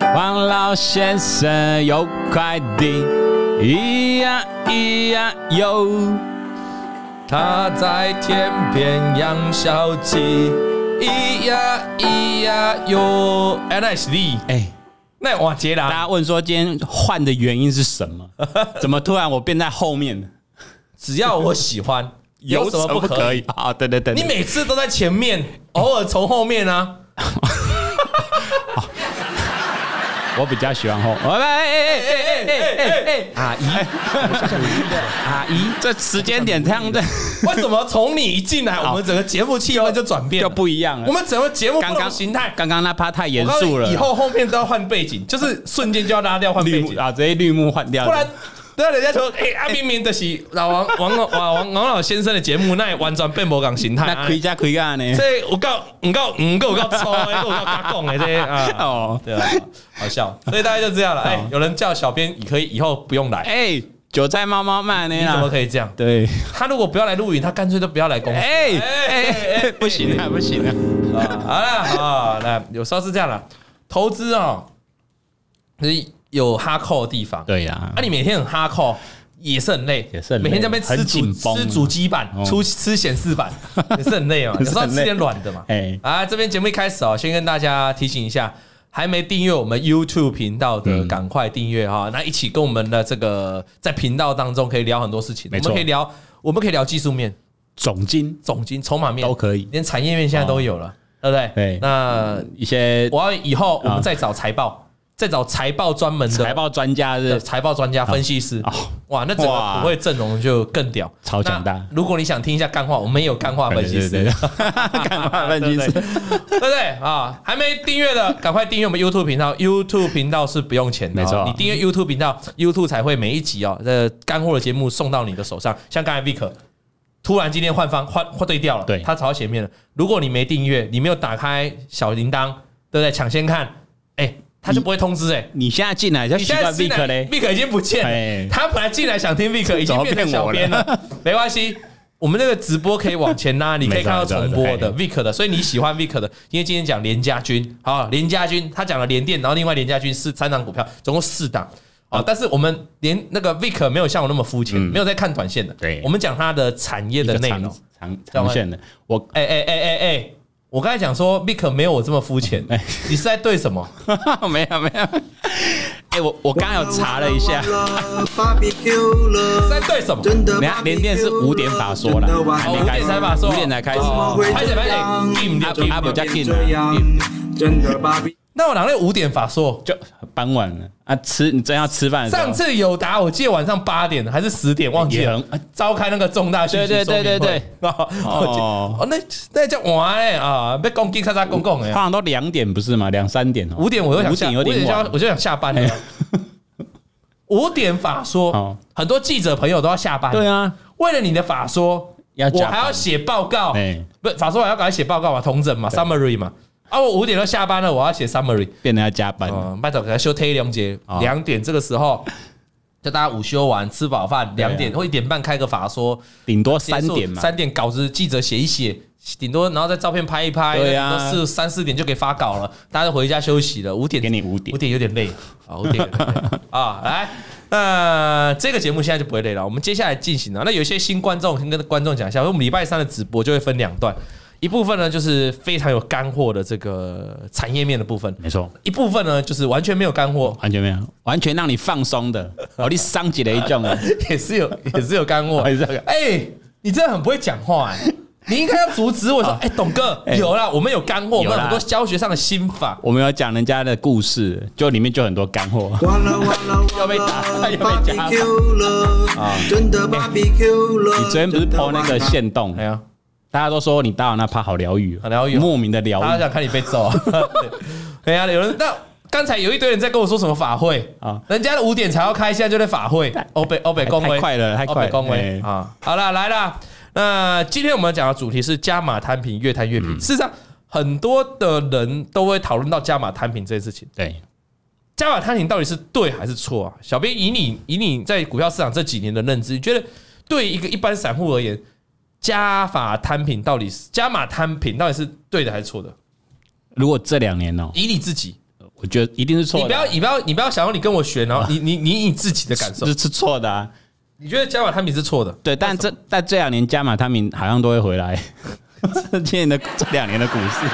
王老先生有快递，咿呀咿呀哟，他在天边养小鸡，咿呀咿呀哟。哎，那是你，哎、那我杰大啦，家问说今天换的原因是什么？ 怎么突然我变在后面了？只要我 喜欢，有什么不可以？以？啊、对对对你对，每次都在前面，偶尔从后面啊。我比较喜欢 后。哎哎哎哎哎哎哎哎，阿姨，阿姨，这时间点这 样的为什么从你一进来，我们整个节目气氛就转变就了？不一样了。我们整个节目不刚同刚形态。刚刚那趴太严我告诉你肃了，以后后面都要换背景，就是瞬间就要拉掉换绿背幕景，啊，直接绿幕换掉，不然。对啊人家说，哎、阿明明的是老王王老王王王老先生的节目，那也完全变无共形态。啊那亏加亏干呢？哎这有够有够有够有够粗的，有够有够讲的 这啊，哦，对啊，好笑。所以大概就这样了。哎、有人叫小编，你可以以后不用来，哎，韭菜猫猫卖呢你怎么啦？可以这样？对，他如果不要来录影，他干脆都不要来公司。哎哎哎哎哎哎，不行啊，不行啊！啊，好啦，好啦，那有时候是这样啦，投资哦，就是有哈扣的地方。对呀啊，，你每天很哈扣，也是很累，也是很累每天在那边吃很主紧绷啊吃主机板，哦出吃显 示板，也是很累啊嘛。有也是时候很累吃点软的嘛。哎啊，这边节目一开始哦，先跟大家提醒一下。还没订阅我们 YouTube 频道的，嗯赶快订阅哈！那一起跟我们的这个在频道当中可以聊很多事情，我没们错可以聊，我们可以聊技术面、总金总金、筹码面都可以哦哎连产业面现在都有了，对不对？对那一些我要以后我们再找财报，再找财报专门的哦财报专家的是财报专家、分析师哦。哇，那整个哇普惠阵容就更屌，超强大那如果你想听一下干话，我们也有干话分析师，对对对对 干嘛分析 对师？不对啊？还没订阅的，赶快订阅我们 YouTube 频道。YouTube 频道是不用钱的哦，没错你订阅 YouTube 频道，YouTube 才会每一集哦，这干货的节目送到你的手上。像刚才 Vic。突然今天换方换换对调了，对他朝前面了。如果你没订阅，你没有打开小铃铛，对不对？抢先看，哎、他就不会通知哎、你现在进来要你习现在惯进 Vic 来嘞， ，Vic 已经不见了哎。他本来进来想听 Vic，已经变成小编了，没关系。我们这个直播可以往前 拉，你可以看到重没播错哎的 Vic 的，所以你喜欢 Vic 的，因为今天讲连家军，好，连家军他讲了联电，然后另外连家军是三档股票，总共四档，嗯好，但是我们连那个 Vic 没有像我那么肤浅，没有在看短线的，对我们讲它的产业一的个哦内长容。长长线的，我 哎哎哎哎哎，我刚才讲说 Vic 没有我这么肤浅，哎你是在对什么？没有没有。哎，我我刚刚有查了一下， ，barbecue 是了在，对什么？真的等下连电是五点法说了，还哦，没五开点始，才把说，五点才开始。哦拍手拍手，禁掉禁啊掉不叫 King 变这样啊，，真的 barbecue 那我哪来五点法说？就傍晚了啊，吃你真要吃饭的时候，上次有答，我记得晚上八点还是十点，忘记了也很召开那个重大讯息哎对对对说明会对哦我记哦哦，那那叫晚嘞啊，被公鸡咔嚓公公通哎，常都两点不是吗？两三点哦，五点我就想五下，点有五点就要晚，哎我就想下班了。五点法说哦，很多记者朋友都要下班，对，啊，为了你的法说，要我加还要班写报告哎，不是法说我要赶快写报告嘛，同整嘛，summary 嘛，啊，我五点都下班了，我要写 summary。变得要加班，嗯，拜托给他休 T 两节哎哦两点这个时候，就大家午休完吃饱饭，两啊点或一点半开个法说，顶多三结束点嘛，三点稿子记者写一写，顶多然后再照片拍一拍，对啊顶多四三四点就可以发稿了，大家就回家休息了，五点给你五点哦五点 有点累啊，五点有点累 啊，来。那这个节目现在就不会累了，我们接下来进行了。那有些新观众，先跟观众讲一下，我们礼拜三的直播就会分两段，一部分呢就是非常有干货的这个产业面的部分，没错，一部分呢，就是完全没有干货，完全没有，完全让你放松的，哦，你伤起了一 种啊，也是有也是有干 货。还是有干哎、你真的很不会讲话、哎，你应该要阻 止我说，哎、董哥哎有啦，我们有干货，我有们啦有很多教学上的心法。我们有讲人家的故事，就里面就很多干 货，完了完了又完被打了又被夹，barbecue 了，真的 barbecue 了。你昨天不是真的 PO 那个 barbecue 线动哎，呀，大家都说你打完那趴好疗愈哦，好疗愈哦莫名的疗大家愈想看你被 揍啊？ 对呀、有人那刚才有一堆人在跟我说什么法会啊啊，人家的五点才要开，现在就在法会，欧北欧北恭维，太快了太快了恭维哎啊！好了，来了。那今天我们讲的主题是加码摊平，越摊越嗯平。事实上，很多的人都会讨论到加码摊平这件事情。对，加码摊平到底是对还是错啊？小编以你以你在股票市场这几年的认知，你觉得对一个一般散户而言，加法摊平到底是加码摊平到底是对的还是错的？如果这两年哦，以你自己，我觉得一定是错你的。啊不要，你不要，你不要想要你跟我学，然后你你你你自己的感受这，是错的啊。 你觉得加瓦他米是错的？对，但这但这两年加马他们好像都会回 来，今年的这两年的股市，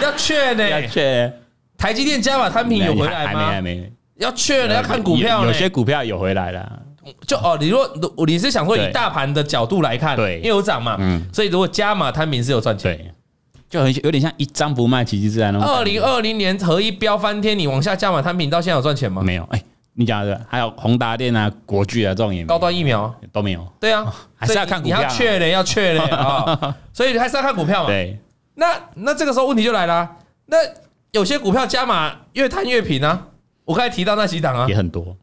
要确呢，确台积电加瓦他哎米有回来还没哎还吗？没，要确呢，要看股票有呢有。些股票有回来了，就哦，你如果你是想说以对大盘的角度来看，对因为有涨嘛，嗯所以如果加码摊平是有赚钱。对，就很有点像一张不卖，奇迹自然哦那种感二觉。零二零年合一飙翻天，你往下加码摊平到现在有赚钱吗？没有，哎，你讲的还有宏达电啊、国巨啊这种也没高端疫苗，都没有，对啊，哦还是要看所股以你你票要啊确嘞，要确 嘞啊，所以还是要看股票嘛。对，那那这个时候问题就来了，啊那有些股票加码越摊越平啊。我刚才提到那几档啊也，很多，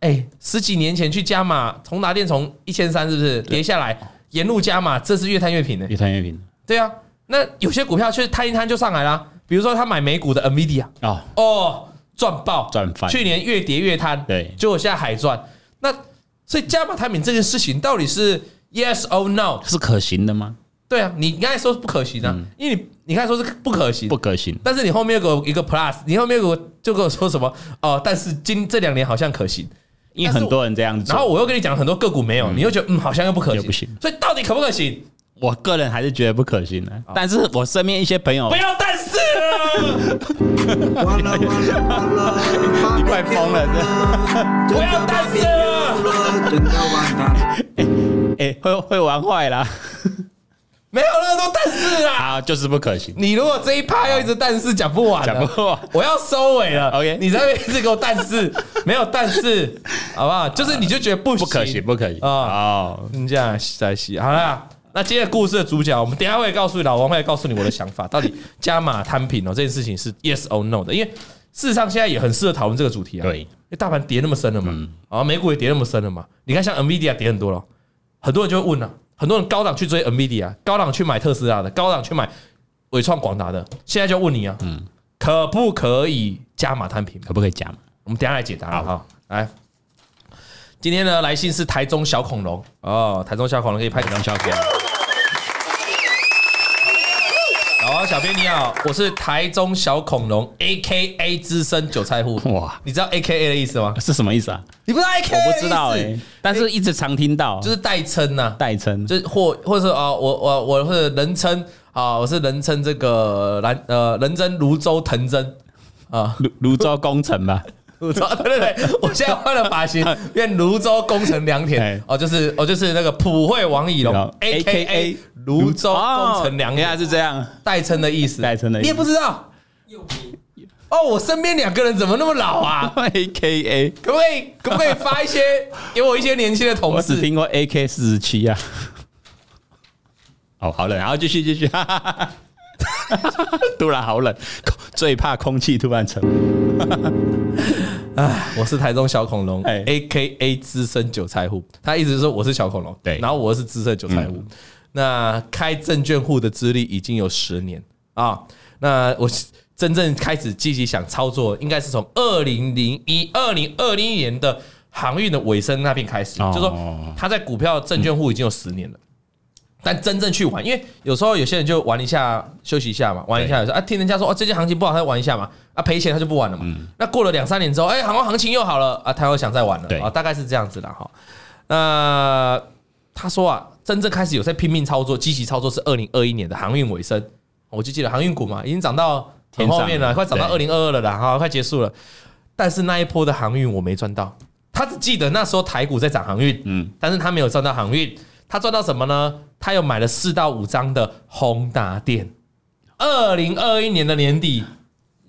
哎，十几年前去加码，宏达电从一千三是不是跌下来，沿路加码，这是越摊越平的。越摊越平对啊，那有些股票却摊一摊就上来啦，比如说他买美股的 NVIDIA，哦，哦，赚爆，赚翻去年越跌越摊，对结果现在还赚。那所以加码摊平这件事情到底是 yes or no？是可行的吗？对啊，你刚才说是不可行啊，因为你你刚才说是不可行，不可行，但是你后面又给我一个 plus，你后面又给我就跟我说什么哦，但是今这两年好像可行，因为很多人这样子做。然后我又跟你讲很多个股没有，你又觉得嗯好像又不可行，又不行所以到底可不可行？我个人还是觉得不可行的，但是我身边一些朋友哦不要但是啊了，哇啦哇啦哇啦， 你快疯了 这不要但是啊了，了，真的完蛋，哎、会会玩坏啦，没有那么多但是啦。啊，就是不 可行，你如果这一趴要一直但是讲不完啊了，讲不完我要收尾了。 OK 你在那边一直给我但是，没有但是，好不好？就是你就觉得不行不可行，不可行啊哦，你这样在洗好啦。那今天的故事的主角，我们等一下会告诉你，老王会告诉你我的想法，到底加码摊平哦这件事情是 yes or no 的，因为事实上现在也很适合讨论这个主题啊。对因为大盘跌那么深了嘛，啊，美股也跌那么深了嘛，你看像 Nvidia 跌很多了，很多人就会问了、啊很多人高档去追 Nvidia，高档去买特斯拉的，高档去买伟创、广达的，现在就问你啊，可不可以加码摊平？可不可以加嘛？我们等一下来解答了哈。来，今天呢来信是台中小恐龙哦，台中小恐龙可以拍几张照片。老王小编你好，我是台中小恐龙 A K A 资深韭菜户。哇，你知道 A K A 的意思吗？是什么意思啊？哦你不知道 A 我 K A 不知道哎、但是一直常听到，就是代称呐、代称，就是或或者是啊、我我我或者人称啊、我是人称这个蓝呃人称泸州藤真啊。泸泸州工程吧，泸州， 对对对，我现在换了 发型，变泸州工程良田哎。哦，就是哦，就是那个普惠王以龙然后，A K A 泸州工程良哦原来田是这样，代称的意思，代称的意思你也不知道。哦，我身边两个人怎么那么老啊？ ，A K A，可不可以可不可以发一些给我一些年轻的同 我只事？听过 A K 四十七啊。哦，好冷，然后继续继续， 哈哈哈哈突然好冷，空最怕空气突然沉。我是台中小恐龙哎，A K A 资深韭菜户。他一直说我是小恐龙，对嗯然后我是资深韭菜户。那开证券户的资历已经有十年啊。那我真正开始积极想操作，应该是从二零零一、二零二零年的航运的尾声那边开始，哦就说他在股票证券户已经有十年了。但真正去玩，因为有时候有些人就玩一下，休息一下嘛，玩一下有时候啊，听人家说哦，最近行情不好，他就玩一下嘛，啊，赔钱他就不玩了嘛。嗯那过了两三年之后，哎，好像行情又好了啊，他又想再玩了，对啊，大概是这样子的哈。那他说啊，真正开始有在拼命操作、积极操作是二零二一年的航运尾声，我就记得航运股嘛，已经涨到很后面天上了，了快涨到二对零二二了啦，哈，快结束了。但是那一波的航运我没赚到，他只记得那时候台股在涨航运，嗯，但是他没有赚到航运，他赚到什么呢？他又买了四到五张的宏达电，二零二一年的年底，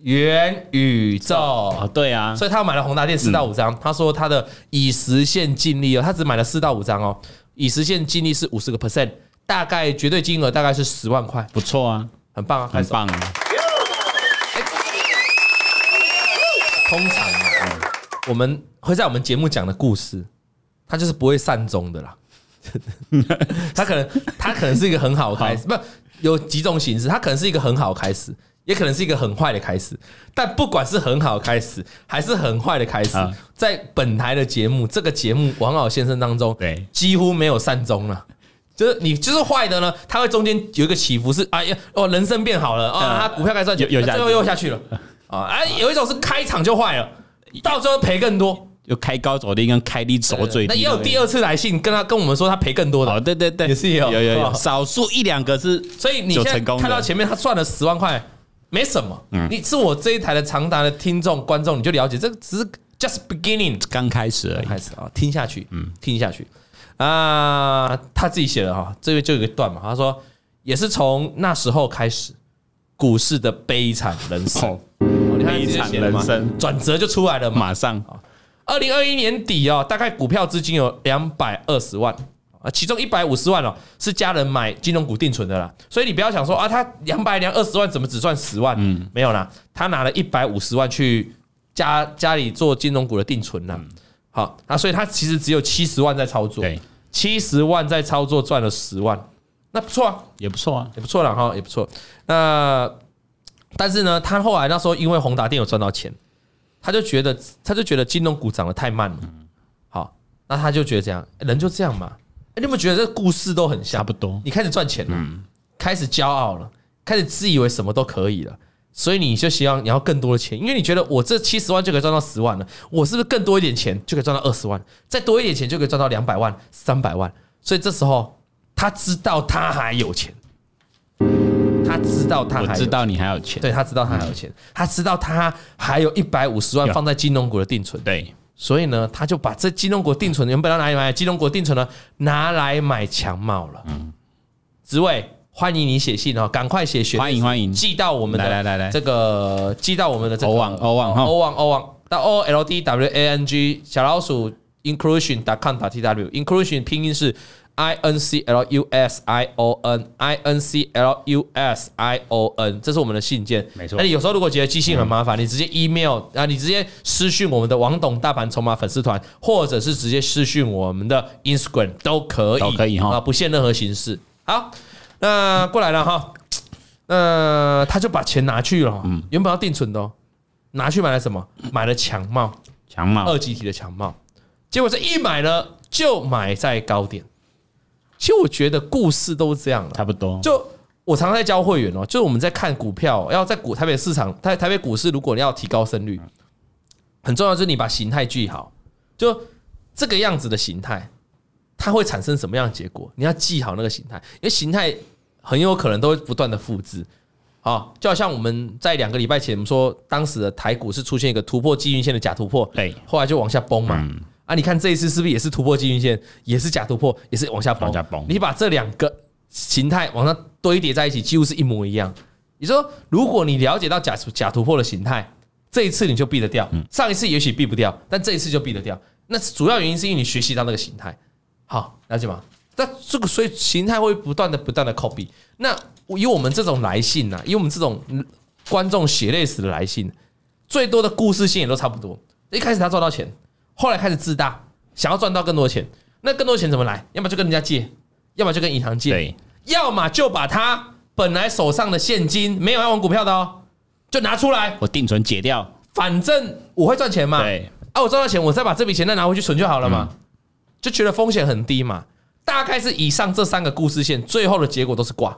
元宇宙。哦，对啊，所以他买了宏达电四到五张，他说他的已实现净利哦，他只买了四到五张哦，已实现净利是五十个 percent，大概绝对金额大概是十万块，不错啊，很棒啊，开很始棒啊，通常啊，我们会在我们节目讲的故事，它就是不会善终的啦。 它可能它可能是一个很好的开始，不有几种形式，它可能是一个很好的开始，也可能是一个很坏的开始。但不管是很好的开始还是很坏的开始啊，在本台的节目这个节目《王老先生》当中，对几乎没有善终了。就是你就是坏的呢，它会中间有一个起伏是哎呀哦，人生变好了啊，它股票该赚钱，又又下去最后又下去了。啊，哎，有一种是开场就坏了，到最后赔更多。就开高走低跟开低走最低。那也有第二次来信跟他跟我们说他赔更多的哦，，对对对，也是有有有哦有，少数一两个是所以你现有在成功的嗯看到前面他赚了十万块，没什么。你是我这一台的长达的听众观众，你就了解这个只是 just beginning 刚开始而已。开始啊，听下去，嗯听下去啊、他自己写的哈，这边就有一段嘛，他说也是从那时候开始，股市的悲惨人生，哦，哦你看他直悲接惨写了人嘛生，转折就出来了嘛。马上二零二一年底哦，大概股票资金有两百二十万啊，其中一百五十万哦是家人买金融股定存的啦，所以你不要想说啊，他两百两二十万怎么只赚十万？嗯，没有啦，他拿了一百五十万去家家里做金融股的定存啦。好，那所以他其实只有七十万在操作，嗯对，七十万在操作赚了十万，那不错啊，也不错啊。也不错了哈，也不错。那但是呢，他后来那时候因为宏达电有赚到钱，他就觉得他就觉得金融股涨得太慢了。好，那他就觉得这样，欸人就这样嘛。欸你有没有觉得这故事都很像？差不多你开始赚钱了，嗯开始骄傲了，开始自以为什么都可以了。所以你就希望你要更多的钱，因为你觉得我这七十万就可以赚到十万了，我是不是更多一点钱就可以赚到二十万，再多一点钱就可以赚到两百万、三百万？所以这时候他知道他还有钱，他知道他还我有知道你还有钱，对他知道他还有钱，他知道他还有一百五十万有放在金融股的定存，对，所以呢，他就把这金融股定存原本要拿来买金融股定存呢，拿来买强茂了。嗯，职位欢迎你写信哦，赶快写学欢迎欢迎，寄到我们的来来来来这个寄到我们的这个欧哦网欧网哈欧网欧网到 o l d w a n g 小老鼠 inclusion com t w inclusion 拼音是 i n c l u s i o n i n c l u s i o n 这是我们的信件，没错嗯那你有时候如果觉得寄信很麻烦，你直接 email 啊，你直接私讯我们的王董大盘筹码粉丝团，或者是直接私讯我们的 Instagram 都可以，都可以哈啊，不限任何形式。好，那过来了哈。那他就把钱拿去了，嗯原本要定存的、哦，拿去买了什么？买了强帽，强嘛，二级体的强帽。结果这一买呢，就买在高点。其实我觉得故事都是这样的，差不多。就我常常在教会员哦，就是我们在看股票哦，要在股台北市场，台台北股市，如果你要提高胜率，很重要就是你把形态记好，就这个样子的形态，它会产生什么样的结果？你要记好那个形态，因为形态很有可能都会不断的复制。啊，就好像我们在两个礼拜前我们说，当时的台股是出现一个突破基均线的假突破，对后来就往下崩嘛。啊，你看这一次是不是也是突破基均线，也是假突破，也是往下崩？往下崩你把这两个形态往上堆叠在一起，几乎是一模一样。你说，如果你了解到假假突破的形态，这一次你就避得嗯掉，上一次也许避不掉，但这一次就避得掉。那主要原因是因为你学习到那个形态，好，了解吗？那这个所以形态会不断的不断的 copy。那以我们这种来信呐、以我们这种嗯观众血泪史的来信，最多的故事性也都差不多。一开始他赚到钱，后来开始自大，想要赚到更多钱。那更多钱怎么来？要么就跟人家借，要么就跟银行借，对，要么就把他本来手上的现金没有要玩股票的哦，就拿出来，我定存解掉，反正我会赚钱嘛。对，啊，我赚到钱，我再把这笔钱再拿回去存就好了嘛，就觉得风险很低嘛。大概是以上这三个故事线，最后的结果都是挂。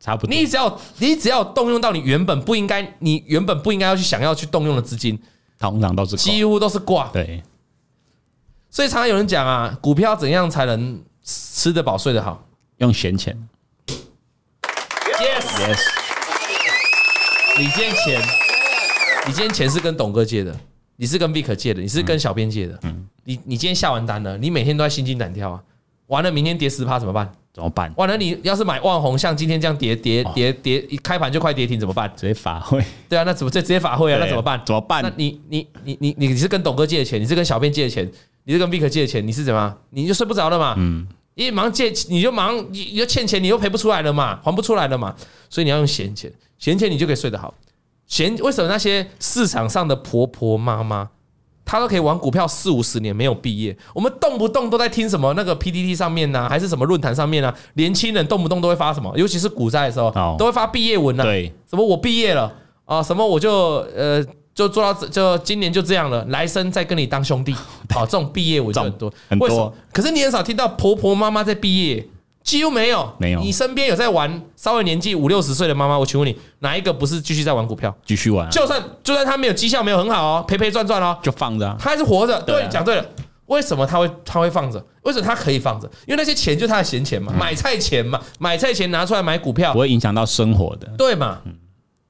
差不多。你只要你只要动用到你原本不应该，你原本不应该要去想要去动用的资金，通常都是狗几乎都是挂。对，所以常常有人讲啊，股票怎样才能吃得饱睡得好用闲钱。 ？Yes， Yes，你今天钱，你今天钱是跟董哥借的，你是跟 Vick 借的，你是跟小编借的。你你今天下完单了，你每天都在心惊胆跳啊，完了明天跌十趴怎么办？怎么办？哇，那你要是买万红，像今天这样跌跌哦跌跌，一开盘就快跌停怎么办？直接法会。对啊，那怎么这直接法会啊？那对怎么办？怎么办那你你你你你是跟董哥借的钱，你是跟小编借的钱，你是跟 Vick 借的钱，你是怎么样？你就睡不着了嘛？嗯，因为忙借，你就忙，你你就欠钱，你又赔不出来了嘛，还不出来了嘛，所以你要用闲钱，闲钱你就可以睡得好。闲为什么那些市场上的婆婆妈妈，她都可以玩股票四五十年没有毕业？我们动不动都在听什么那个 PTT 上面呐、还是什么论坛上面啊？年轻人动不动都会发什么，尤其是股灾的时候，哦都会发毕业文啊。对，什么我毕业了啊，什么我就呃就做到这就今年就这样了，来生再跟你 啊当兄弟。好，这种毕业文就很多这种很多为什么可是你很少听到婆婆妈妈在毕业，几乎没有，没有你身边有在玩稍微年纪五六十岁的妈妈，我请问你，哪一个不是继续在玩股票？继续玩啊，就算就算她没有绩效，没有很好哦，赔赔赚赚哦，就放着啊，她还是活着。对啊对，讲对了。为什么他会他会放着？为什么他可以放着？因为那些钱就是他的闲钱嗯嘛，买菜钱嘛，买菜钱拿出来买股票不，会影响到生活的。对嘛？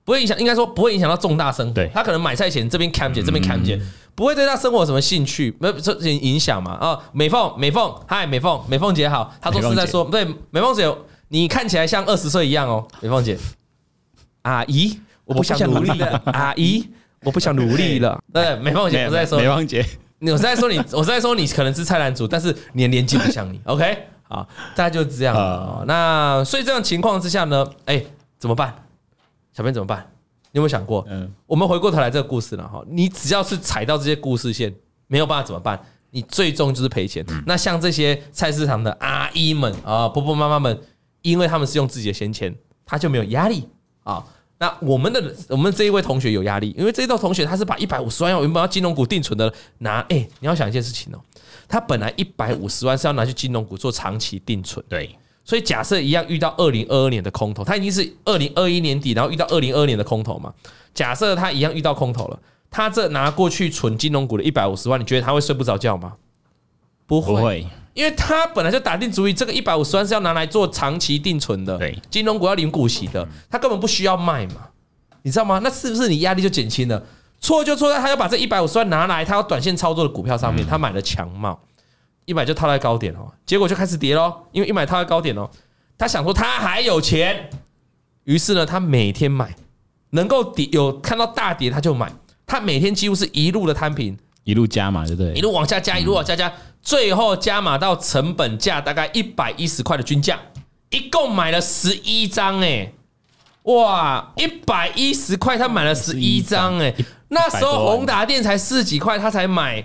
不会影响，应该说不会影响到重大生活。对他可能买菜前这边看见，这边看见，不会对他生活有什么兴趣，没有这这影响嘛？啊，美凤，美凤，嗨，美凤，美凤姐好，她都是在说，对，美凤姐，你看起来像二十岁一样哦，美凤姐，阿姨，我不想努力了，哎阿姨。我不想努力 了。对，美凤姐，我是在说没，忘记，你我是在 说你，我是在说你可能是菜篮族，但是你的年纪不像你。OK，好，大家就这样。哦啊那所以这样情况之下呢，哎、怎么办？小编怎么办？你有没有想过？嗯，我们回过头来这个故事了哈，你只要是踩到这些故事线，没有办法怎么办？你最终就是赔钱。嗯那像这些菜市场的阿姨们啊、婆婆妈妈们，因为他们是用自己的闲钱，他就没有压力啊。那我们的我们这一位同学有压力，因为这一位同学他是把一百五十万要原本要金融股定存的拿，哎、你要想一件事情哦，他本来一百五十万是要拿去金融股做长期定存。对，所以假设一样遇到二零二二年的空头，它已经是二零二一年底，然后遇到二零二年的空头嘛。假设它一样遇到空头了，他这拿过去存金融股的一百五十万，你觉得他会睡不着觉吗？不不会，因为他本来就打定主意，这个一百五十万是要拿来做长期定存的，对，金融股要领股息的，他根本不需要卖嘛，你知道吗？那是不是你压力就减轻了？错就错在他要把这一百五十万拿来，他要短线操作的股票上面，他买了强茂，一买就套在高点哦，结果就开始跌咯，因为一买套在高点哦，他想说他还有钱，于是呢，他每天买，能够跌有看到大跌他就买，他每天几乎是一路的摊平，一路加嘛，对不对？一路往下加，一路往下加，最后加码到成本价大概一百一十块的均价，一共买了十一张哎，哇，一百一十块他买了十一张哎，那时候宏达店才四十几块，他才买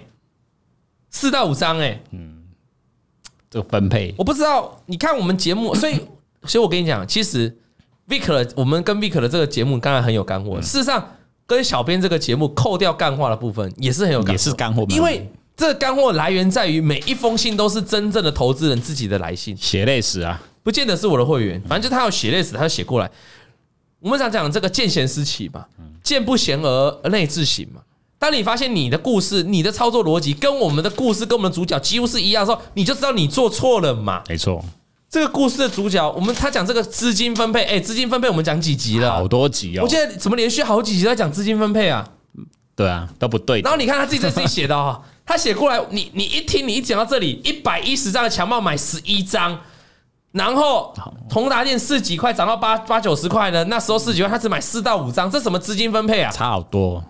四到五张哎，这个分配我不知道，你看我们节目，所以，所以我跟你讲，其实 Vic 的我们跟 Vic 的这个节目刚才很有干货，事实上跟小编这个节目扣掉干话的部分也是很有干货，也是干货嘛，因为这干货来源在于每一封信都是真正的投资人自己的来信，血泪史啊，不见得是我的会员，反正就他有写类似，他就写过来。我们想讲这个见贤思齐嘛，见不贤而内自省嘛。当你发现你的故事、你的操作逻辑跟我们的故事、跟我们的主角几乎是一样的时候，你就知道你做错了嘛。没错，这个故事的主角，我们他讲这个资金分配，哎，资金分配我们讲几集了？好多集我哦记，得怎么连续好几集都在讲资金分配啊？对啊，都不对的然，后你看他自己在自己写的哦，他写过来，你你一听，你一讲到这里，一百一十张的强暴买十一张，然后同达店四几块涨到八八九十块呢，那时候四几块他只买四到五张，这什么资金分配啊？差好多，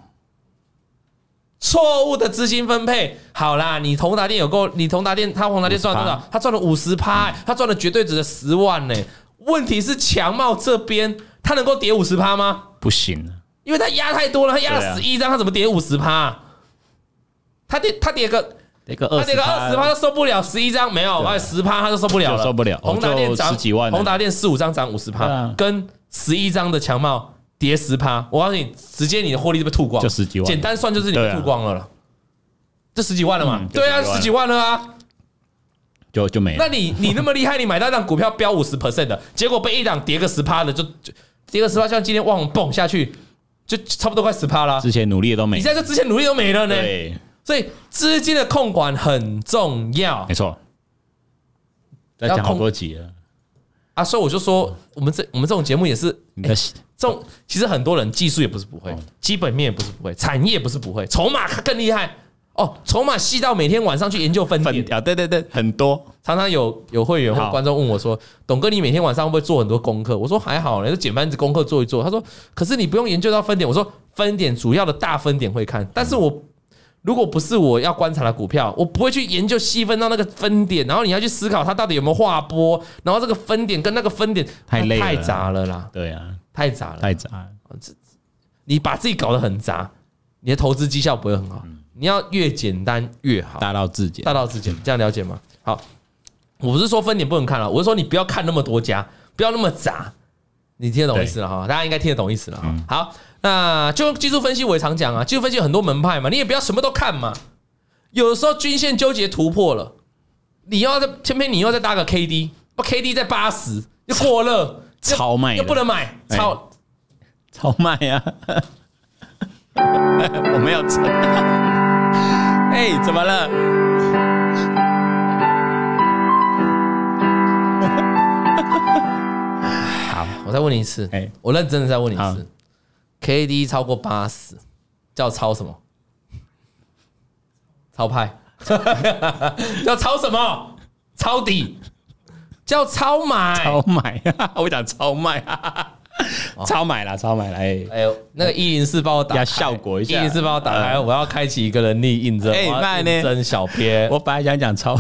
错误的资金分配。好啦，你同达店有够，你同达店他同达店赚了多少？他赚了五十趴，他赚了绝对值的十万呢、问题是强茂这边他能够跌五十趴吗？不行啊，因为他压太多了，他压对了啊十一张，他怎么跌五十趴？他跌他跌个那个他二那十个二十趴都受不了，十一张没有，对啊哎，十趴他就受不了了，就受不了哦宏达电涨就十几万了宏达电十五张涨五十对趴啊，跟十一张的强茂跌十趴，我告诉你，直接你的获利就被吐光，就十几万简单算就是你被对啊吐光了啦，这十几万了嘛嗯？就对啊，十几万十几万了啊。就就没那了，你你那么厉害，你买到一档股票飙五十 percent 的，结果被一档跌个十趴的，就就跌个十趴，像今天旺宏蹦下去，就差不多快十趴啦。之前努力的都没你，现在就之前努力都没了呢，对，所以资金的控管很重要。没错，再要讲好控多集了，啊，所以我就说，我们这我们这种节目也是你的这种，其实很多人技术也不是不会嗯哦，基本面也不是不会，产业也不是不会，筹码更厉害哦，筹码细到每天晚上去研究分分点。啊，对对对，很多，常常有有会员或好观众问我说：“董哥，你每天晚上会不会做很多功课？”我说：“还好呢，就简单的功课做一做。”他说：“可是你不用研究到分点。”我说：“分点主要的大分点会嗯看，但是我如果不是我要观察的股票，我不会去研究细分到那个分点，然后你要去思考它到底有没有划波，然后这个分点跟那个分点太累了太杂了啦，对啊，太杂了。太杂了，你把自己搞得很杂，你的投资绩效不会很好。嗯你要越简单越好。”大到自己，大道至简，这样了解吗？好，我不是说分点不能看了，啊我是说你不要看那么多家，不要那么杂，你听得懂意思了哈？大家应该听得懂意思了哈。嗯好，那就技术分析我也常讲啊，技术分析有很多门派嘛，你也不要什么都看嘛。有的时候均线纠结突破了，你又要再偏偏你又再搭个 K D， K D 在八十，又过热，又超卖的又不能买，哎超超卖啊！ 我没有吃。哎、怎么了？好。我再问你一次哎，我认真的再问你一好次，K D 超过八十叫超什么？超派 叫超什么？抄底叫超买超。买啊！ 我讲超卖啊！哦超买啦，超买啦！哎、哎呦，那个一零四帮我打要开，效果一下一零四帮我打开，呃我要开启一个人力应征，哎我要慢呢应征小编，我本来想讲超，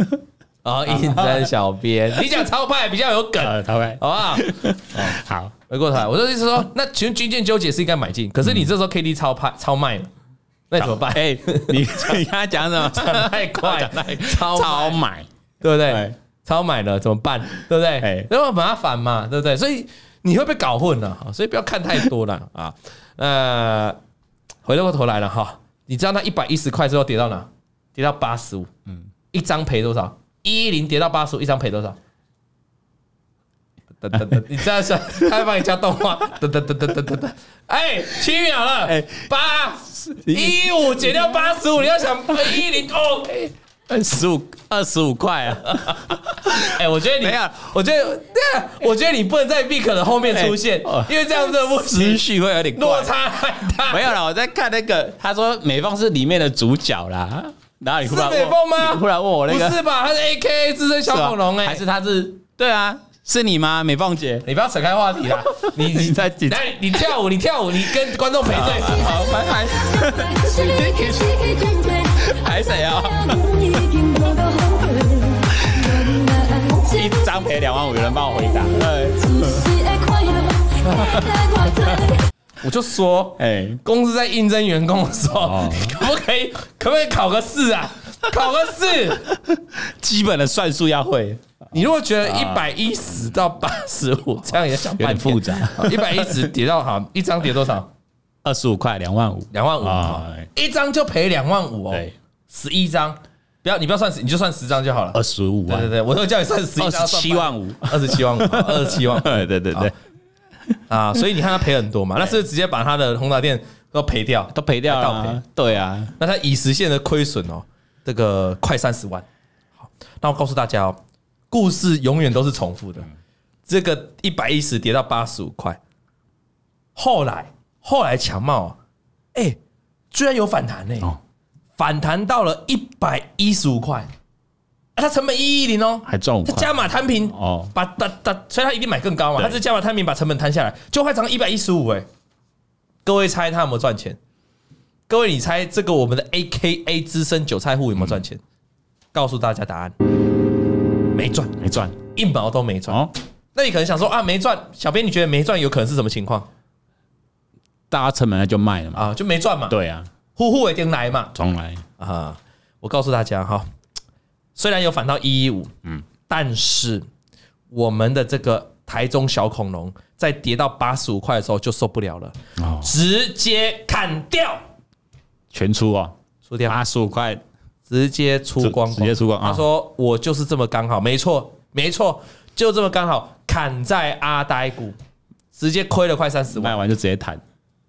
然后应征 小编，你讲超派比较有梗，呃，超卖好不好？ 好，回过头来，我的意思说，那其实军舰纠结是应该买进，可是你这时候 K D 超派超卖了，那你怎么办？嗯哎、 你你刚才讲什么？太快，超超超，买，对不对哎？超买了怎么办？对不对哎？那么麻烦嘛，对不对？所以你会被搞混了，哈所以不要看太多了啊。呃，回过头来了哈，你知道那一百一十块之后跌到哪？跌到八十五，嗯，一张赔多少？一一零跌到八十五，一张赔多少？等等等，你这样算，他会帮你加动画，等等等等等等等，哎，七秒了，哎哎，八一五减掉八十五，你要想一零哦，哎十五二十五块啊！ 哎、我觉得你，等一下我觉得，对啊，我觉得你不能在 Vic 的后面出现，哎哦因为这样真的不 思行，绪会有点落怪。差太大。没有啦，我在看那个，他说美凤是里面的主角啦。然后你忽然是问美凤吗你忽然问我那个不是吧？他是 AKA 资深小是吧啊恐龙哎、还是他是？对啊，是你吗，美凤姐？你不要扯开话 题啦，你你你在紧张啊来你跳舞，你跳舞，你跟观众赔罪。好，拜拜。 还谁啊？ 一张赔两万五，有人帮我回答。我就说，哎，公司在应征员工的时候哦，可不可以可不可以考个试啊？考个试，基本的算术要会，你如果觉得啊一百一十到八十五，这样也想有半点复杂。一百一十跌到好，一张跌多少？二十五块，两万五。两万五啊一张就赔两万五哦对，，十一张，不要你不要算十，你就算十张就好了。二十五对对万，对，我都叫你算十一二张，十七万五。二十七万五， 二十七万对对对对，啊！所以你看他赔很多嘛，那是不是直接把他的宏达店都赔掉，都赔掉还倒赔了。对啊，那他已实现的亏损哦，这个快三十万。好，那我告诉大家哦，故事永远都是重复的。这个一百一十跌到八十五块，后来后来强茂啊，哎、居然有反弹呢、哦反弹到了一百一十五块，啊它成本一一零哦，还赚五它块加。码摊平哦把打打，所以它一定买更高嘛，对它是加码摊平把成本摊下来，就快涨一百一十五哎，各位猜它有没有赚钱？各位，你猜这个我们的 A K A 资深韭菜户有没有赚嗯钱？告诉大家答案，没赚，没赚一毛都没赚。哦，那你可能想说啊，没赚，小编你觉得没赚有可能是什么情况大家成本那就卖了嘛。啊？就没赚嘛，对啊，户户一定来嘛重来。啊！我告诉大家哈，虽然有反到一一五，嗯，但是我们的这个台中小恐龙在跌到八十五块的时候就受不了了，哦，直接砍掉，全出哦，出掉，八十五块。直接出光光，直直接出光啊他说我就是这么刚好，没错，没错，就这么刚好砍在阿呆股，直接亏了快三十万。卖完就直接谈。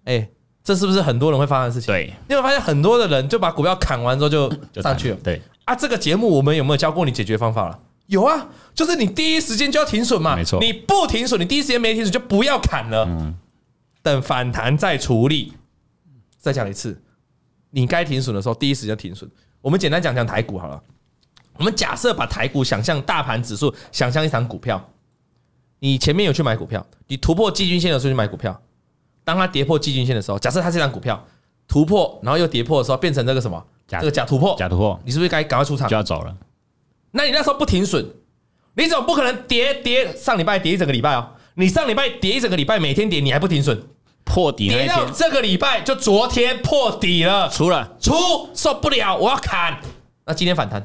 哎、这是不是很多人会发生的事情？对，你有没有发现很多的人就把股票砍完之后就就上谈去了对，啊？这个节目我们有没有教过你解决方法了？有啊，就是你第一时间就要停损嘛，没错嗯你不停损，你第一时间没停损就不要砍了，等反弹再处理。再讲一次，你该停损的时候第一时间停损。我们简单讲讲台股好了，我们假设把台股想象大盘指数，想象一场股票，你前面有去买股票，你突破季均线的时候去买股票，当它跌破季均线的时候，假设它这张股票突破，然后又跌破的时候，变成这个什么？假这个假突破，假突破你是不是该赶快出场就？要走了。那你那时候不停损，你总不可能跌跌上礼拜跌一整个礼拜哦。你上礼拜跌一整个礼拜，每天跌，你还不停损，破底那跌一到天这个礼拜就昨天破底了，出了，出受不了，我要砍。那今天反弹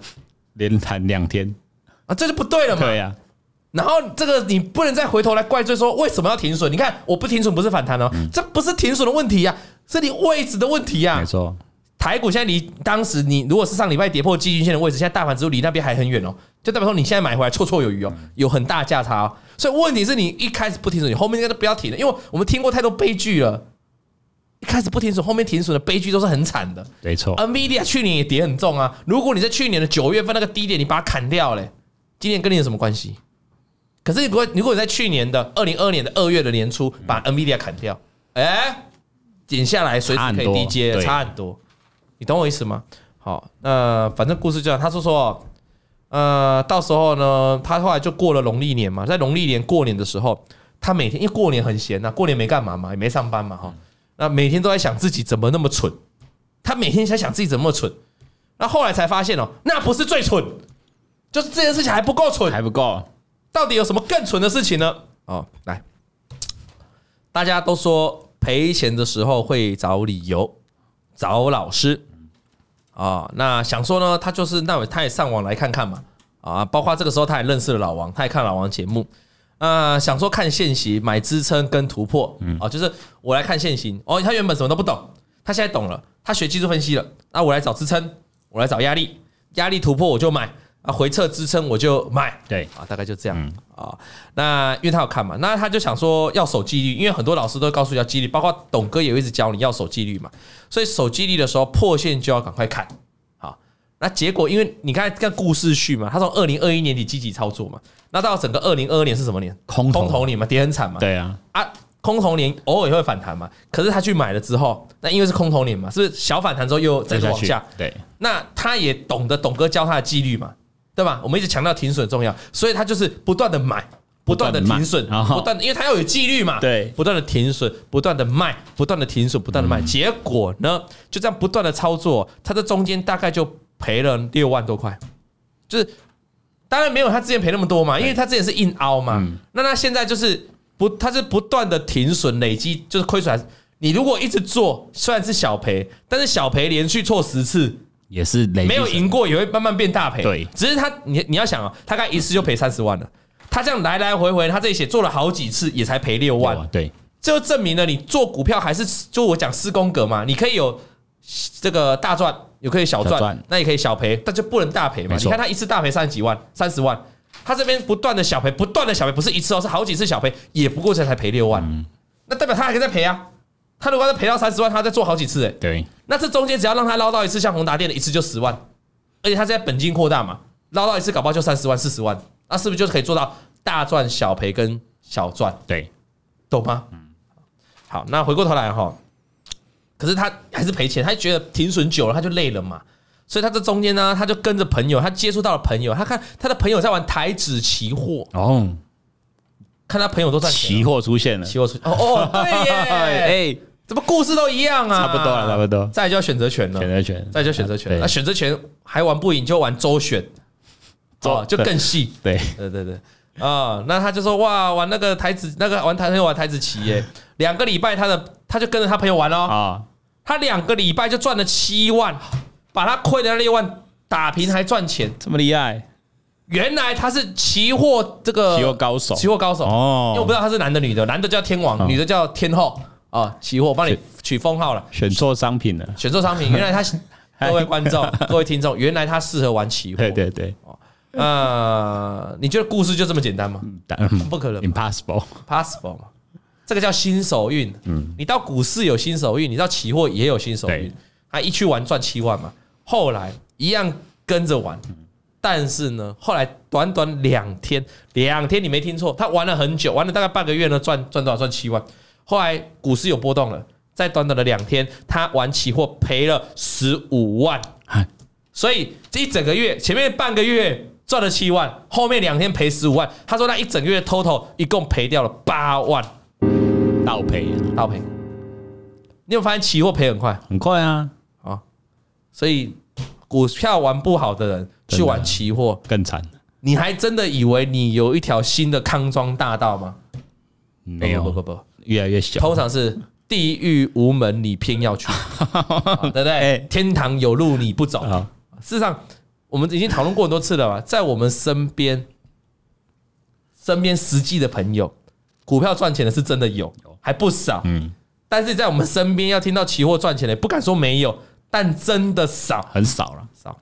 连谈两天。啊，这就不对了嘛。对呀，然后这个你不能再回头来怪罪说为什么要停损？你看我不停损不是反弹哦，这不是停损的问题呀、啊，是你位置的问题呀、没错，台股现在离当时你如果是上礼拜跌破季均线的位置，现在大盘指数离那边还很远哦，就代表说你现在买回来绰绰有余哦，有很大价差哦。所以问题是你一开始不停损，你后面应该都不要停了，因为我们听过太多悲剧了。一开始不停损，后面停损的悲剧都是很惨的。没错， NVIDIA 去年也跌很重啊，如果你在去年的九月份那个低点你把它砍掉嘞，今年跟你有什么关系？可是如果如果你在去年的二零二年的二月的年初把 NVIDIA 砍掉，哎，减下来随时可以低差很接，多对差很多，你懂我意思吗？好，那反正故事就这样，他说说。呃，到时候呢，他后来就过了农历年嘛，在农历年过年的时候，他每天因为过年很闲呐、啊过年没干嘛嘛，也没上班嘛哈，那每天都在想自己怎么那么蠢，他每天在想自己怎么蠢，那后来才发现哦，那不是最蠢，就是这件事情还不够蠢，还不够，到底有什么更蠢的事情呢？哦，来，大家都说赔钱的时候会找理由，找老师啊、那想说呢，他就是那他也上网来看看嘛，啊，包括这个时候他也认识了老王，他也看老王节目。啊，想说看现行买支撑跟突破，嗯，哦，就是我来看现行，哦，他原本什么都不懂，他现在懂了，他学技术分析了，那我来找支撑，我来找压力，压力突破我就买，啊，回撤支撑我就买，对，啊，大概就这嗯样啊。那因为他有看嘛，那他就想说要守纪律，因为很多老师都会告诉你要纪律，包括董哥也会一直教你要守纪律嘛。所以守纪律的时候破线就要赶快看好。那结果因为你看看故事序嘛，他从二零二一年底积极操作嘛，那到整个二零二二年是什么年？空头空头年嘛，跌很惨嘛。对啊，啊，空头年偶尔也会反弹嘛，可是他去买了之后，那因为是空头年嘛，是不是小反弹之后又再再往下？对，那他也懂得董哥教他的纪律嘛，对吧？我们一直强调停损重要，所以他就是不断的买，啊不断的停损不断地卖然，后不断的，因为他要有纪律嘛，对不断的停损，不断的卖，不断的停损，不断的卖，结果呢，就这样不断的操作，他这中间大概就赔了六万多块，就是当然没有他之前赔那么多嘛，因为他之前是硬凹嘛，那他现在就是不，他是不断的停损累积，就是亏损还是。你如果一直做，虽然是小赔，但是小赔连续错十次，也是累积没有成赢过也会慢慢变大赔。对只是他你你要想啊，他刚一次就赔三十万了，他这样来来回回，他这一写做了好几次，也才赔六果啊万，对，这就证明了你做股票还是就我讲四宫格嘛，你可以有这个大赚，也可以小小赚赚，那也可以小赔，但就不能大赔嘛。没你错看他一次大赔三十几万、三十万，他这边不断的小赔，不断的小赔，不是一次哦，是好几次小赔，也不过才才赔六万，那代表他还可以再赔啊。他如果要再赔到三十万，他再做好几次哎、对，那这中间只要让他捞到一次，像宏达店的一次就十万，而且他现在本金扩大嘛，捞到一次搞不好就三十万、四十万，那是不是就可以做到大赚小赔跟小赚？对，懂吗？好，那回过头来哈，可是他还是赔钱，他觉得停损久了他就累了嘛，所以他这中间呢，他就跟着朋友，他接触到了朋友，他看他的朋友在玩台指期货，哦，看他朋友都赚钱期了，货出现了，期货出哦哦，对耶， 哎，怎么故事都一样啊？差不多了，差不多，再来就要选择权了选。择权，再就选择权，对那选择权还玩不赢就玩周选，周哦，就更细。对，对对对，啊，那他就说哇，玩那个台子，那个玩台友玩台子棋耶，两个礼拜他的他就跟着他朋友玩哦，啊，他两个礼拜就赚了七万，把他亏的那六万打平还赚钱。这么厉害，原来他是期货这个期货高手期货呃高手哦因为我不知道他是男的女的，男的叫天王，哦女的叫天后啊，期货我帮你是取封号了。选错商品了，选错 商品，原来他各位观众、各位听众，原来他适合玩期货。对对对哦呃，你觉得故事就这么简单吗当然不可能吧嗯，impossible， ？Possible 吗？这个叫新手运。嗯，你到股市有新手运，你到期货也有新手运对。他一去玩赚七万嘛，后来一样跟着玩，嗯但是呢，后来短短两天，两天你没听错，他玩了很久，玩了大概半个月呢，赚赚多少？赚七万。后来股市有波动了，在短短的两天，他玩期货赔了十五万。哎所以这一整个月，前面半个月赚了七万，后面两天赔十五万。他说那一整个月 total 一共赔掉了八万倒赔，倒赔。你有发现期货赔很快，很快啊，所以股票玩不好的人真的去玩期货，更惨，你还真的以为你有一条新的康庄大道吗？没不不有，不不，哦越来越小，通常是地狱无门你偏要 去，啊对不对哎？天堂有路你不走，啊，事实上，我们已经讨论过很多次了嘛，在我们身边，身边实际的朋友，股票赚钱的是真的有，还不少。嗯，但是在我们身边要听到期货赚钱的，不敢说没有，但真的少很少了。少。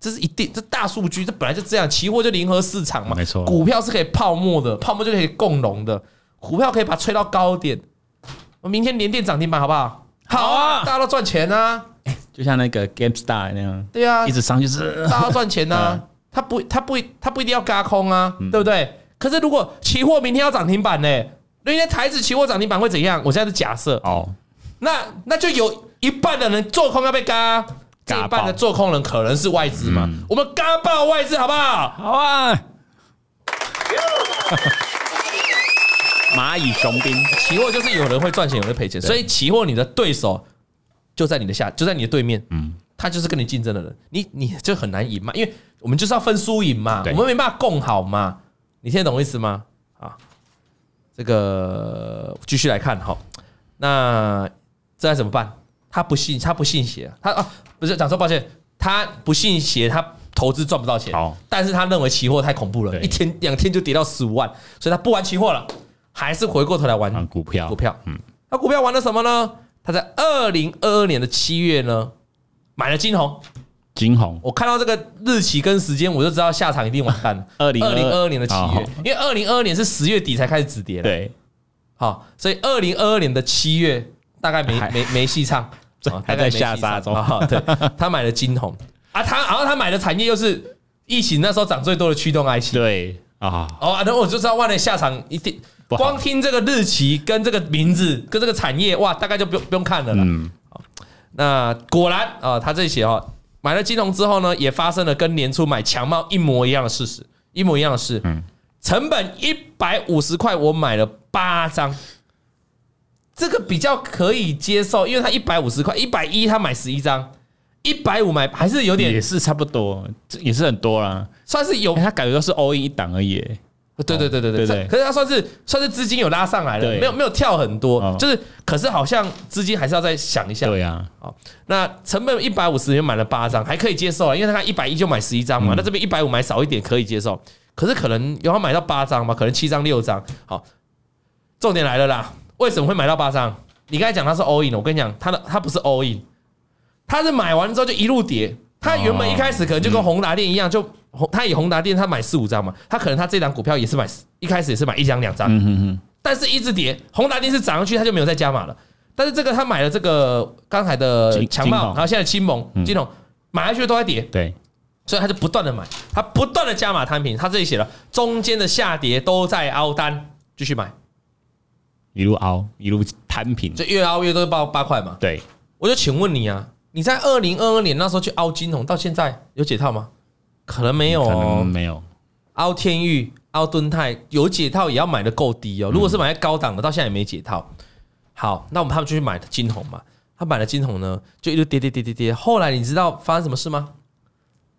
这是一定，这大数据，这本来就这样。期货就零和市场嘛，没错股票是可以泡沫的，泡沫就可以共融的，股票可以把它吹到高点。我明天连电涨停板好不好？好啊，大家都赚钱啊，就像那个 GameStar 那样，对啊，一直上就是大家赚钱呐、啊嗯他不，他不，他不一定要嘎空啊，对不对？可是如果期货明天要涨停板呢、那因为台指期货涨停板会怎样？我现在是假设，哦，那那就有一半的人做空要被嘎啊，这嘎一半爆嗯的做空人可能是外资嘛，我们嘎爆外资好不好？好啊！ 蚂蚁雄兵，期货就是有人会赚钱，有人会赔钱，所以期货你的对手就在你的下，就在你的对面，嗯，他就是跟你竞争的人，你你就很难赢嘛，因为我们就是要分输赢嘛，对我们没办法共好嘛，你听得懂我意思吗？啊，这个继续来看哈，那这该怎么办？他不信，他不信邪，他啊不是讲说抱歉，他不信邪，他投资赚不到钱好，但是他认为期货太恐怖了，对一天两天就跌到十五万，所以他不玩期货了，还是回过头来玩啊，股票，股，票。嗯那股票玩了什么呢？他在二零二二年的七月呢，买了金红。金红，我看到这个日期跟时间，我就知道下场一定完 蛋了。二零二零二二年的七月好，因为二零二二年是十月底才开始止跌的，哦对，好，所以二零二二年的七月大概没还没没戏唱，啊还大概没在戏下沙中唱啊对， 他买了金红啊，他然后他买的产业又是疫情那时候涨最多的驱动 IC，对啊，哦，啊那我就知道万能下场一定不好光听这个日期跟这个名字跟这个产业，哇，大概就不用不用看了啦。嗯，那果然啊、他这里写哦，买了金融之后呢，也发生了跟年初买强茂一模一样的事实，一模一样的事。嗯成本一百五十块，我买了八张，这个比较可以接受，因为他一百五十块，一百一他买十一张，一百五买还是有也点是差不多，这也是很多啦。算是有哎他感觉都是 all in 一档而已，哦对对对对对哦对对，对可是它算是算是资金有拉上来了，对没有没有跳很多哦，就是可是好像资金还是要再想一下。对啊，那成本一百五十元买了八张，还可以接受啊，因为他一百一就买十一张嘛，嗯那这边一百五买少一点可以接受，可是可能有要买到八张嘛，可能七张六张。好，重点来了啦，为什么会买到八张？你刚才讲他是 all in，我跟你讲，他的他不是 all in，他是买完之后就一路跌。他原本一开始可能就跟宏达电一样，就宏他以宏达电他买四五张嘛，他可能他这档股票也是买10一开始也是买一张两张，嗯哼哼，但是一直跌，宏达电是涨上去，他就没有再加码了。但是这个他买了这个刚才的金强茂，金然鸿后现在青盟、嗯金融买下去都在跌，对，所以他就不断的买，他不断的加码摊平。他这里写了，中间的下跌都在凹单，继续买，一路凹，一路摊平，就越凹越多，八八块嘛。对，我就请问你啊，你在二零二二年那时候去凹金融，到现在有解套吗？可能没有可能哦。没有，凹天域、凹敦泰有解套也要买的够低哦。如果是买在高档的，到现在也没解套。好，那我们他们就去买金红嘛。他买了金红呢，就一路跌跌跌跌跌。后来你知道发生什么事吗？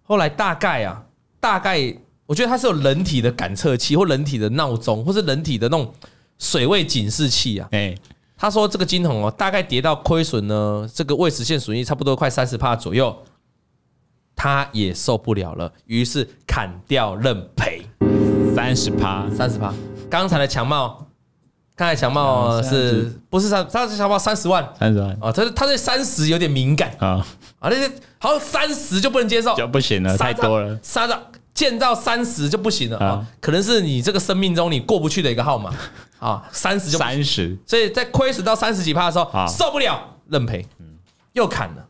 后来大概啊，大概我觉得它是有人体的感测器，或人体的闹钟，或是人体的那种水位警示器啊。哎，他说这个金红哦，大概跌到亏损呢，这个未实现损益差不多快三十帕左右，他也受不了了，于是砍掉认赔。三十趴，三十趴。刚才的强茂，刚才强茂嗯是不是三？他是强茂三十万三十万哦，他是他对三十有点敏感啊，啊，那些好像三十就不能接受，就不行了，太多了，三张见到三十就不行了啊啊，可能是你这个生命中你过不去的一个号码啊，三十就不行三十，所以在亏损到三十几趴的时候好受不了，认赔，又砍了。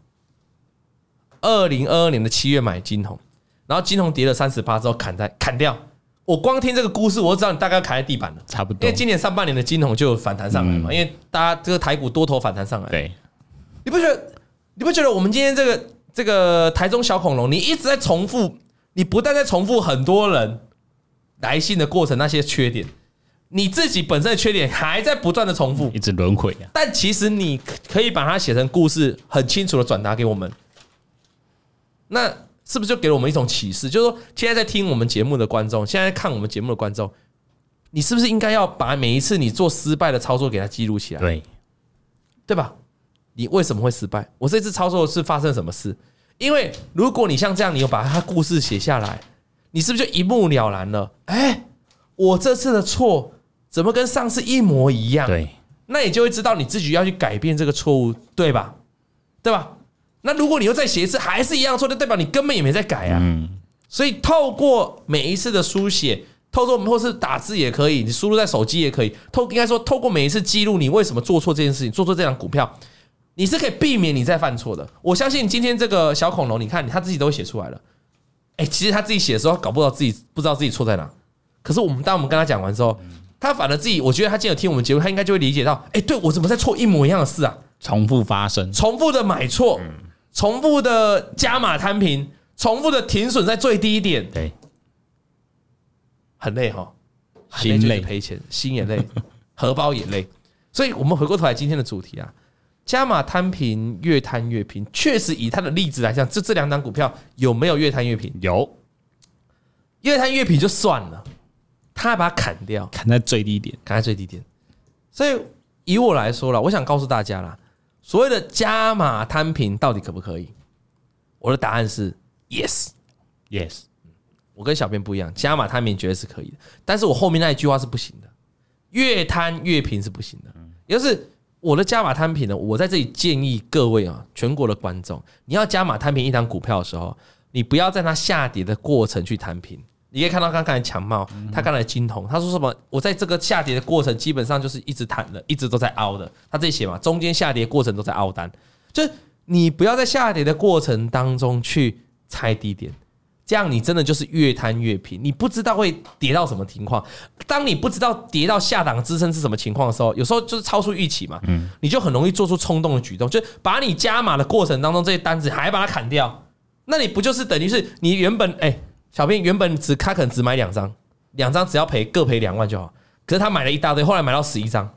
二零二二年的七月买金红，然后金红跌了三十趴之后砍在砍掉。我光听这个故事，我就知道你大概要砍在地板了。差不多，因为今年上半年的金融就有反弹上来嘛，嗯因为大家这个台股多头反弹上来，对，你不觉得？你不觉得我们今天这个这个台中小恐龙，你一直在重复，你不但在重复很多人来信的过程那些缺点，你自己本身的缺点还在不断的重复，一直轮回啊，但其实你可可以把它写成故事，很清楚的转达给我们。那是不是就给了我们一种启示？就是说，现在在听我们节目的观众，现在看我们节目的观众，你是不是应该要把每一次你做失败的操作给它记录起来，对，对吧？你为什么会失败？我这次操作是发生什么事？因为如果你像这样，你有把它故事写下来，你是不是就一目了然了？哎，我这次的错怎么跟上次一模一样？对，那你就会知道你自己要去改变这个错误，对吧？对吧？那如果你又再写一次，还是一样错，就代表你根本也没在改啊。嗯所以透过每一次的书写，透过或是打字也可以，你输入在手机也可以，透应该说透过每一次记录你为什么做错这件事情，做错这张股票，你是可以避免你再犯错的。我相信今天这个小恐龙，你看他自己都写出来了，哎，其实他自己写的时候，搞不到自己不知道自己错在哪。可是我们当我们跟他讲完之后，他反而自己，我觉得他今天有听我们节目，他应该就会理解到，哎，对我怎么在错一模一样的事啊？重复发生，重复的买错，重复的加码摊平，重复的停损在最低点，对，很累哈，很心就是累赔钱，心也累， 荷包也累。所以我们回过头来今天的主题啊，加码摊平越摊越平，确实以它的例子来讲，这这两档股票有没有越摊越平？有越摊越平就算了，他还把它砍掉，砍在最低点，砍在最低点。所以以我来说啦，我想告诉大家啦，所谓的加码摊平到底可不可以？我的答案是 yes。 ，yes，我跟小编不一样，加码摊平绝对是可以的，但是我后面那一句话是不行的，越摊越平是不行的。也就是我的加码摊平呢，我在这里建议各位啊，全国的观众，你要加码摊平一档股票的时候，你不要在它下跌的过程去摊平。你可以看到刚刚才强茂，他刚才金童，他说什么？我在这个下跌的过程，基本上就是一直摊的，一直都在凹的。他这里写嘛，中间下跌过程都在凹单，就是你不要在下跌的过程当中去猜低点。这样你真的就是越摊越平，你不知道会跌到什么情况。当你不知道跌到下档支撑是什么情况的时候，有时候就是超出预期嘛，你就很容易做出冲动的举动，就把你加码的过程当中这些单子还把它砍掉，那你不就是等于是你原本哎、小编原本只他可能只买两张，两张只要赔各赔两万就好，可是他买了一大堆，后来买到十一张，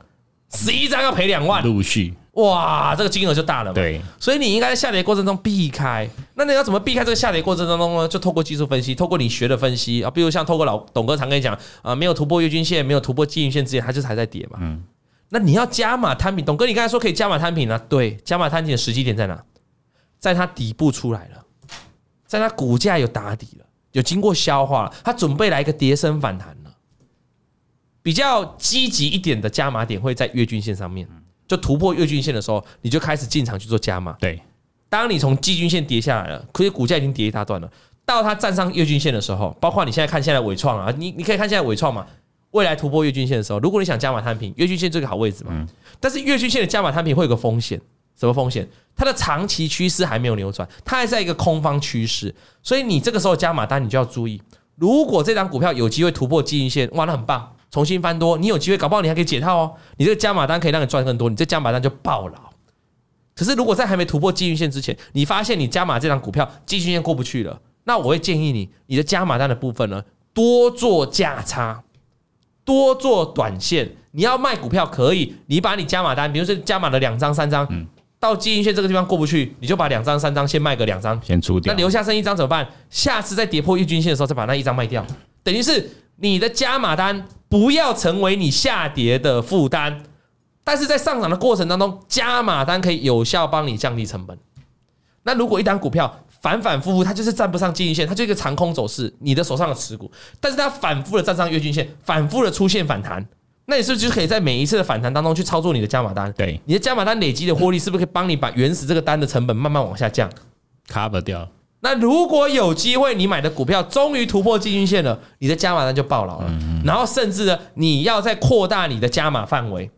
十一张要赔两万，陆续哇，这个金额就大了嘛。对，所以你应该在下跌过程中避开。那你要怎么避开这个下跌过程当中呢？就透过技术分析，透过你学的分析啊，比如像透过老董哥常跟你讲啊、没有突破月均线，没有突破季均线之前，它就是还在跌嘛。嗯，那你要加码摊平，董哥你刚才说可以加码摊平啊，对，加码摊平的时机点在哪？在它底部出来了，在它股价有打底了，有经过消化了，它准备来一个跌升反弹了。比较积极一点的加码点会在月均线上面，就突破月均线的时候，你就开始进场去做加码。对，当你从季均线跌下来了，可是股价已经跌一大段了，到它站上月均线的时候，包括你现在看现在的伟创啊，你你可以看现在伟创嘛，未来突破月均线的时候，如果你想加码摊平，月均线这个好位置嘛，但是月均线的加码摊平会有个风险，什么风险？它的长期趋势还没有扭转，它还在一个空方趋势，所以你这个时候加码单，你就要注意，如果这张股票有机会突破季均线，哇，那很棒，重新翻多，你有机会，搞不好你还可以解套哦，你这个加码单可以让你赚更多，你这加码单就爆了。可是如果在还没突破基均线之前，你发现你加码这张股票基均线过不去了，那我会建议你，你的加码单的部分呢，多做价差，多做短线。你要卖股票可以，你把你加码单，比如说加码了两张、三张，到基均线这个地方过不去，你就把两张、三张先卖个两张，先出掉，那留下剩一张怎么办？下次再跌破月均线的时候，再把那一张卖掉，等于是你的加码单不要成为你下跌的负担，但是在上涨的过程当中，加码单可以有效帮你降低成本。那如果一档股票反反复复，它就是站不上均线，它就一个长空走势，你的手上的持股，但是它反复的站上月均线，反复的出现反弹，那你是不是就可以在每一次的反弹当中去操作你的加码单？对你的加码单累积的获利是不是可以帮你把原始这个单的成本慢慢往下降？ ，cover 掉，那如果有机会，你买的股票终于突破季均线了，你的加码单就爆牢了。然后甚至呢，你要再扩大你的加码范围，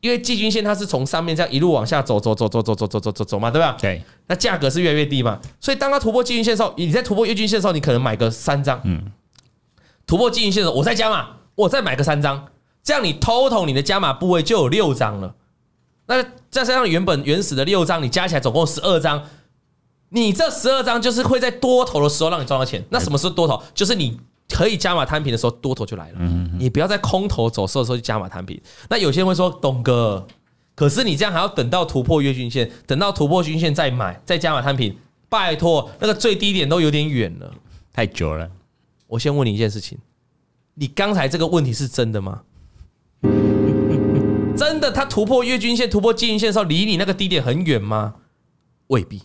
因为季均线它是从上面这样一路往下走，走走走走走走走走走嘛，对吧？对，那价格是越来越低嘛，所以当它突破季均线的时候，你在突破月均线的时候，你可能买个三张，嗯，突破季均线的时候，我再加码，我再买个三张，这样你 total 你的加码部位就有六张了。那再加上原本原始的六张，你加起来总共十二张，你这十二张就是会在多头的时候让你赚到钱。那什么是多头？就是你可以加码摊平的时候，多头就来了。你不要在空头走势的时候去加码摊平。那有些人会说，董哥，可是你这样还要等到突破月均线，等到突破均线再买，再加码摊平。拜托，那个最低点都有点远了。太久了，我先问你一件事情，你刚才这个问题是真的吗？真的，它突破月均线、突破季均线的时候，离你那个低点很远吗？未必，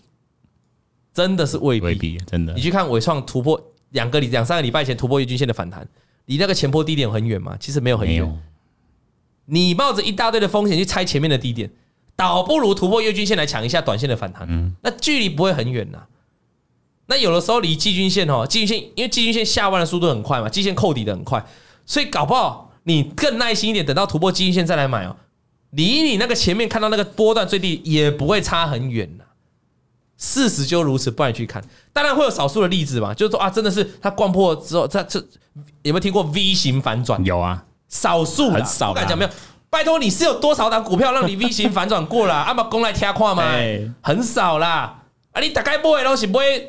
真的是未必。未必，真的你，去看伟创突破两个礼两三个礼拜前突破月均线的反弹，离那个前波低点有很远吗？其实没有很没远有。，你冒着一大堆的风险去猜前面的低点，倒不如突破月均线来抢一下短线的反弹。那距离不会很远呐、那有的时候离季均线哦，季均线因为季均线下弯的速度很快嘛，季线扣底的很快，所以搞不好你更耐心一点，等到突破季均线再来买哦。离你那个前面看到那个波段最低也不会差很远呐、事实就如此，不然你去看，当然会有少数的例子嘛，就是说啊，真的是它逛破之后，它这有没有听过 V 型反转？有啊，少数啦很少啦我敢讲没有。拜托，你是有多少档股票让你 V 型反转 过啦？阿妈公来听看嘛哎，很少啦。啊，你大概不会都是不会，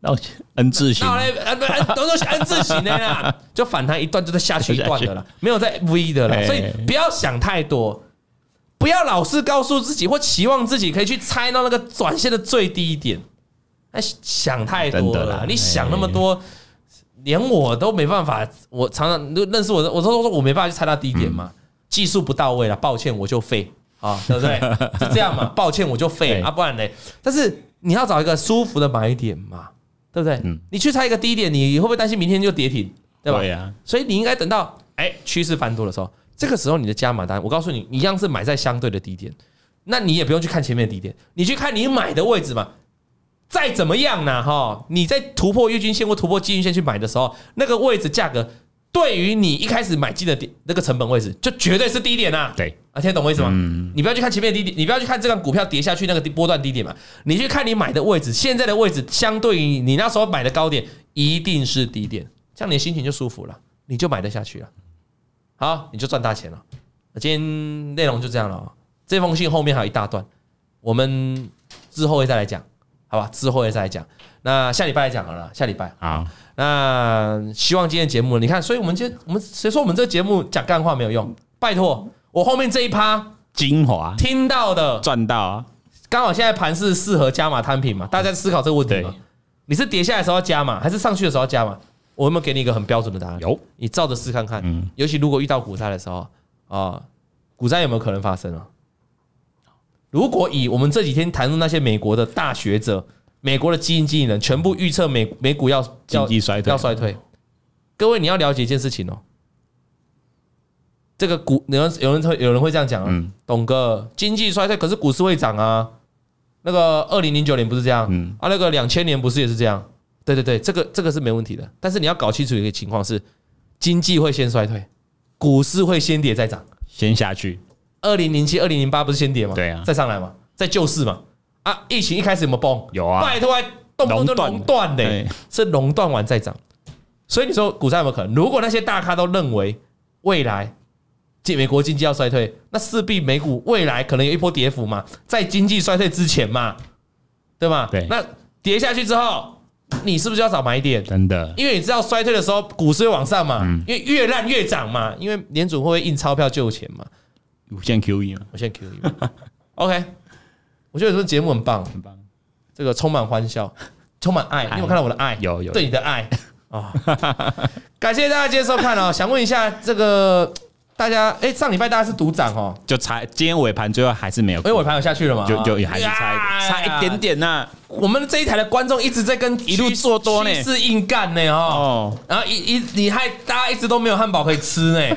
那我 N 字形那嘞，呃不 呃都都是 N 字形的啦，就反弹一段就再下去一段 的啦，没有在 V 的啦，哎所以不要想太多，不要老是告诉自己或期望自己可以去猜到那个短线的最低点，那想太多真的了啦哎啦，你想那么多。连我都没办法，我常常都认识我的，我都说我没办法去猜到低点嘛，嗯技术不到位了，抱歉我就废啊，对不 对？就这样嘛，抱歉我就废对啊，不然呢？但是你要找一个舒服的买点嘛，对不对？嗯你去猜一个低点，你会不会担心明天就跌停？对吧？对啊所以你应该等到哎趋势翻多的时候，这个时候你的加码单，我告诉你，你一样是买在相对的低点，那你也不用去看前面的低点，你去看你买的位置嘛。再怎么样呢？哈，你在突破月均线或突破季均线去买的时候，那个位置价格对于你一开始买进的点那个成本位置，就绝对是低点呐、啊。对，啊，听得懂我意思吗？嗯你不要去看前面的低点，你不要去看这张股票跌下去那个低波段低点嘛，你去看你买的位置，现在的位置相对于你那时候买的高点，一定是低点，这样你的心情就舒服了，你就买得下去了，好，你就赚大钱了。那今天内容就这样了、哦，这封信后面还有一大段，我们之后会再来讲，好吧？之后会再来讲，那下礼拜来讲好了，下礼拜。好，那希望今天的节目，你看，所以我们今天我们谁说我们这个节目讲干话没有用？拜托，我后面这一趴精华听到的，赚到啊，刚好现在盘是适合加码摊平嘛，大家在思考这个问题嘛对？你是跌下来的时候要加码，还是上去的时候要加码？我有没有给你一个很标准的答案？有，你照着试看看。嗯尤其如果遇到股灾的时候啊，股灾有没有可能发生啊？如果以我们这几天谈论那些美国的大学者、美国的基金经理人，全部预测美美股要经要济衰退要衰退。各位，你要了解一件事情哦，这个股有人有人会有人会这样讲啊嗯，董哥，经济衰退，可是股市会涨啊。那个二零零九年不是这样，嗯啊，那个两千年不是也是这样？对对对，这个这个是没问题的。但是你要搞清楚一个情况是，经济会先衰退，股市会先跌再涨。先下去，二零零七、二零零八不是先跌吗？对啊再上来嘛，再救市嘛。啊，疫情一开始有没有崩？有啊拜哎托，还动不动熔就断熔断嘞、对是熔断完再涨。所以你说股灾有没有可能？如果那些大咖都认为未来即美国经济要衰退，那势必美股未来可能有一波跌幅嘛，在经济衰退之前嘛，对吗？对那跌下去之后，你是不是就要找买点？真的因为你知道衰退的时候股市会往上嘛，因为越烂越涨嘛，因为联准会印钞票救钱嘛。无限 QE 嘛，我先 Q 你们。OK，我觉得这个节目很棒，很棒，这个充满 欢笑，充满爱。你有没有看到我的爱？有有对你的爱 啊！感谢大家今天收看哦。想问一下，这个大家，哎，上礼拜大家是独涨哦，就差今天尾盘最后还是没有因，为尾盘有下去了嘛，就就也还是哎呀差一差一点。点啊呐，我们这一台的观众一直在跟一路做多呢是硬干呢哦。哦，然后一一你还大家一直都没有汉堡可以吃 呢，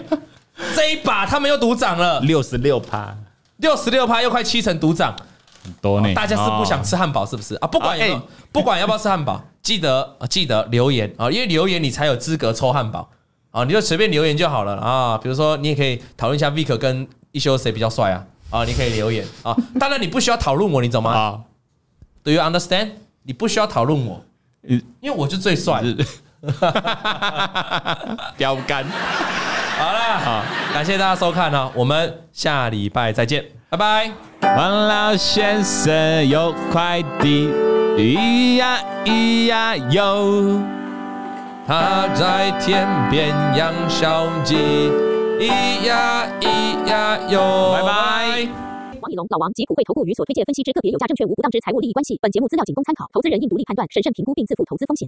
这一把他们又独涨了，哦六十六趴，六十六趴又快七成独涨。很多呢，大家是不想哦吃汉堡是不是啊？不管有没有哎不管要不要吃汉堡， 记得啊记得留言啊，因为留言你才有资格抽汉堡啊，你就随便留言就好了啊。比如说你也可以讨论一下 Vick 跟一休谁比较帅啊啊，你可以留言啊。当然你不需要讨论我，你懂吗 啊， ？Do you understand？你不需要讨论我，嗯因为我就最帅。是标杆，好啦， 感谢大家收看啊，我们下礼拜再见，拜拜。王老先生有快递，咿呀咿呀哟。他在天边养小鸡，咿呀咿呀哟，拜拜。王以龙、老王及普惠投顾与所推荐分析之个别有价证券无不当之财务利益关系。本节目资料仅供参考，投资人应独立判断、审慎评估并自负投资风险。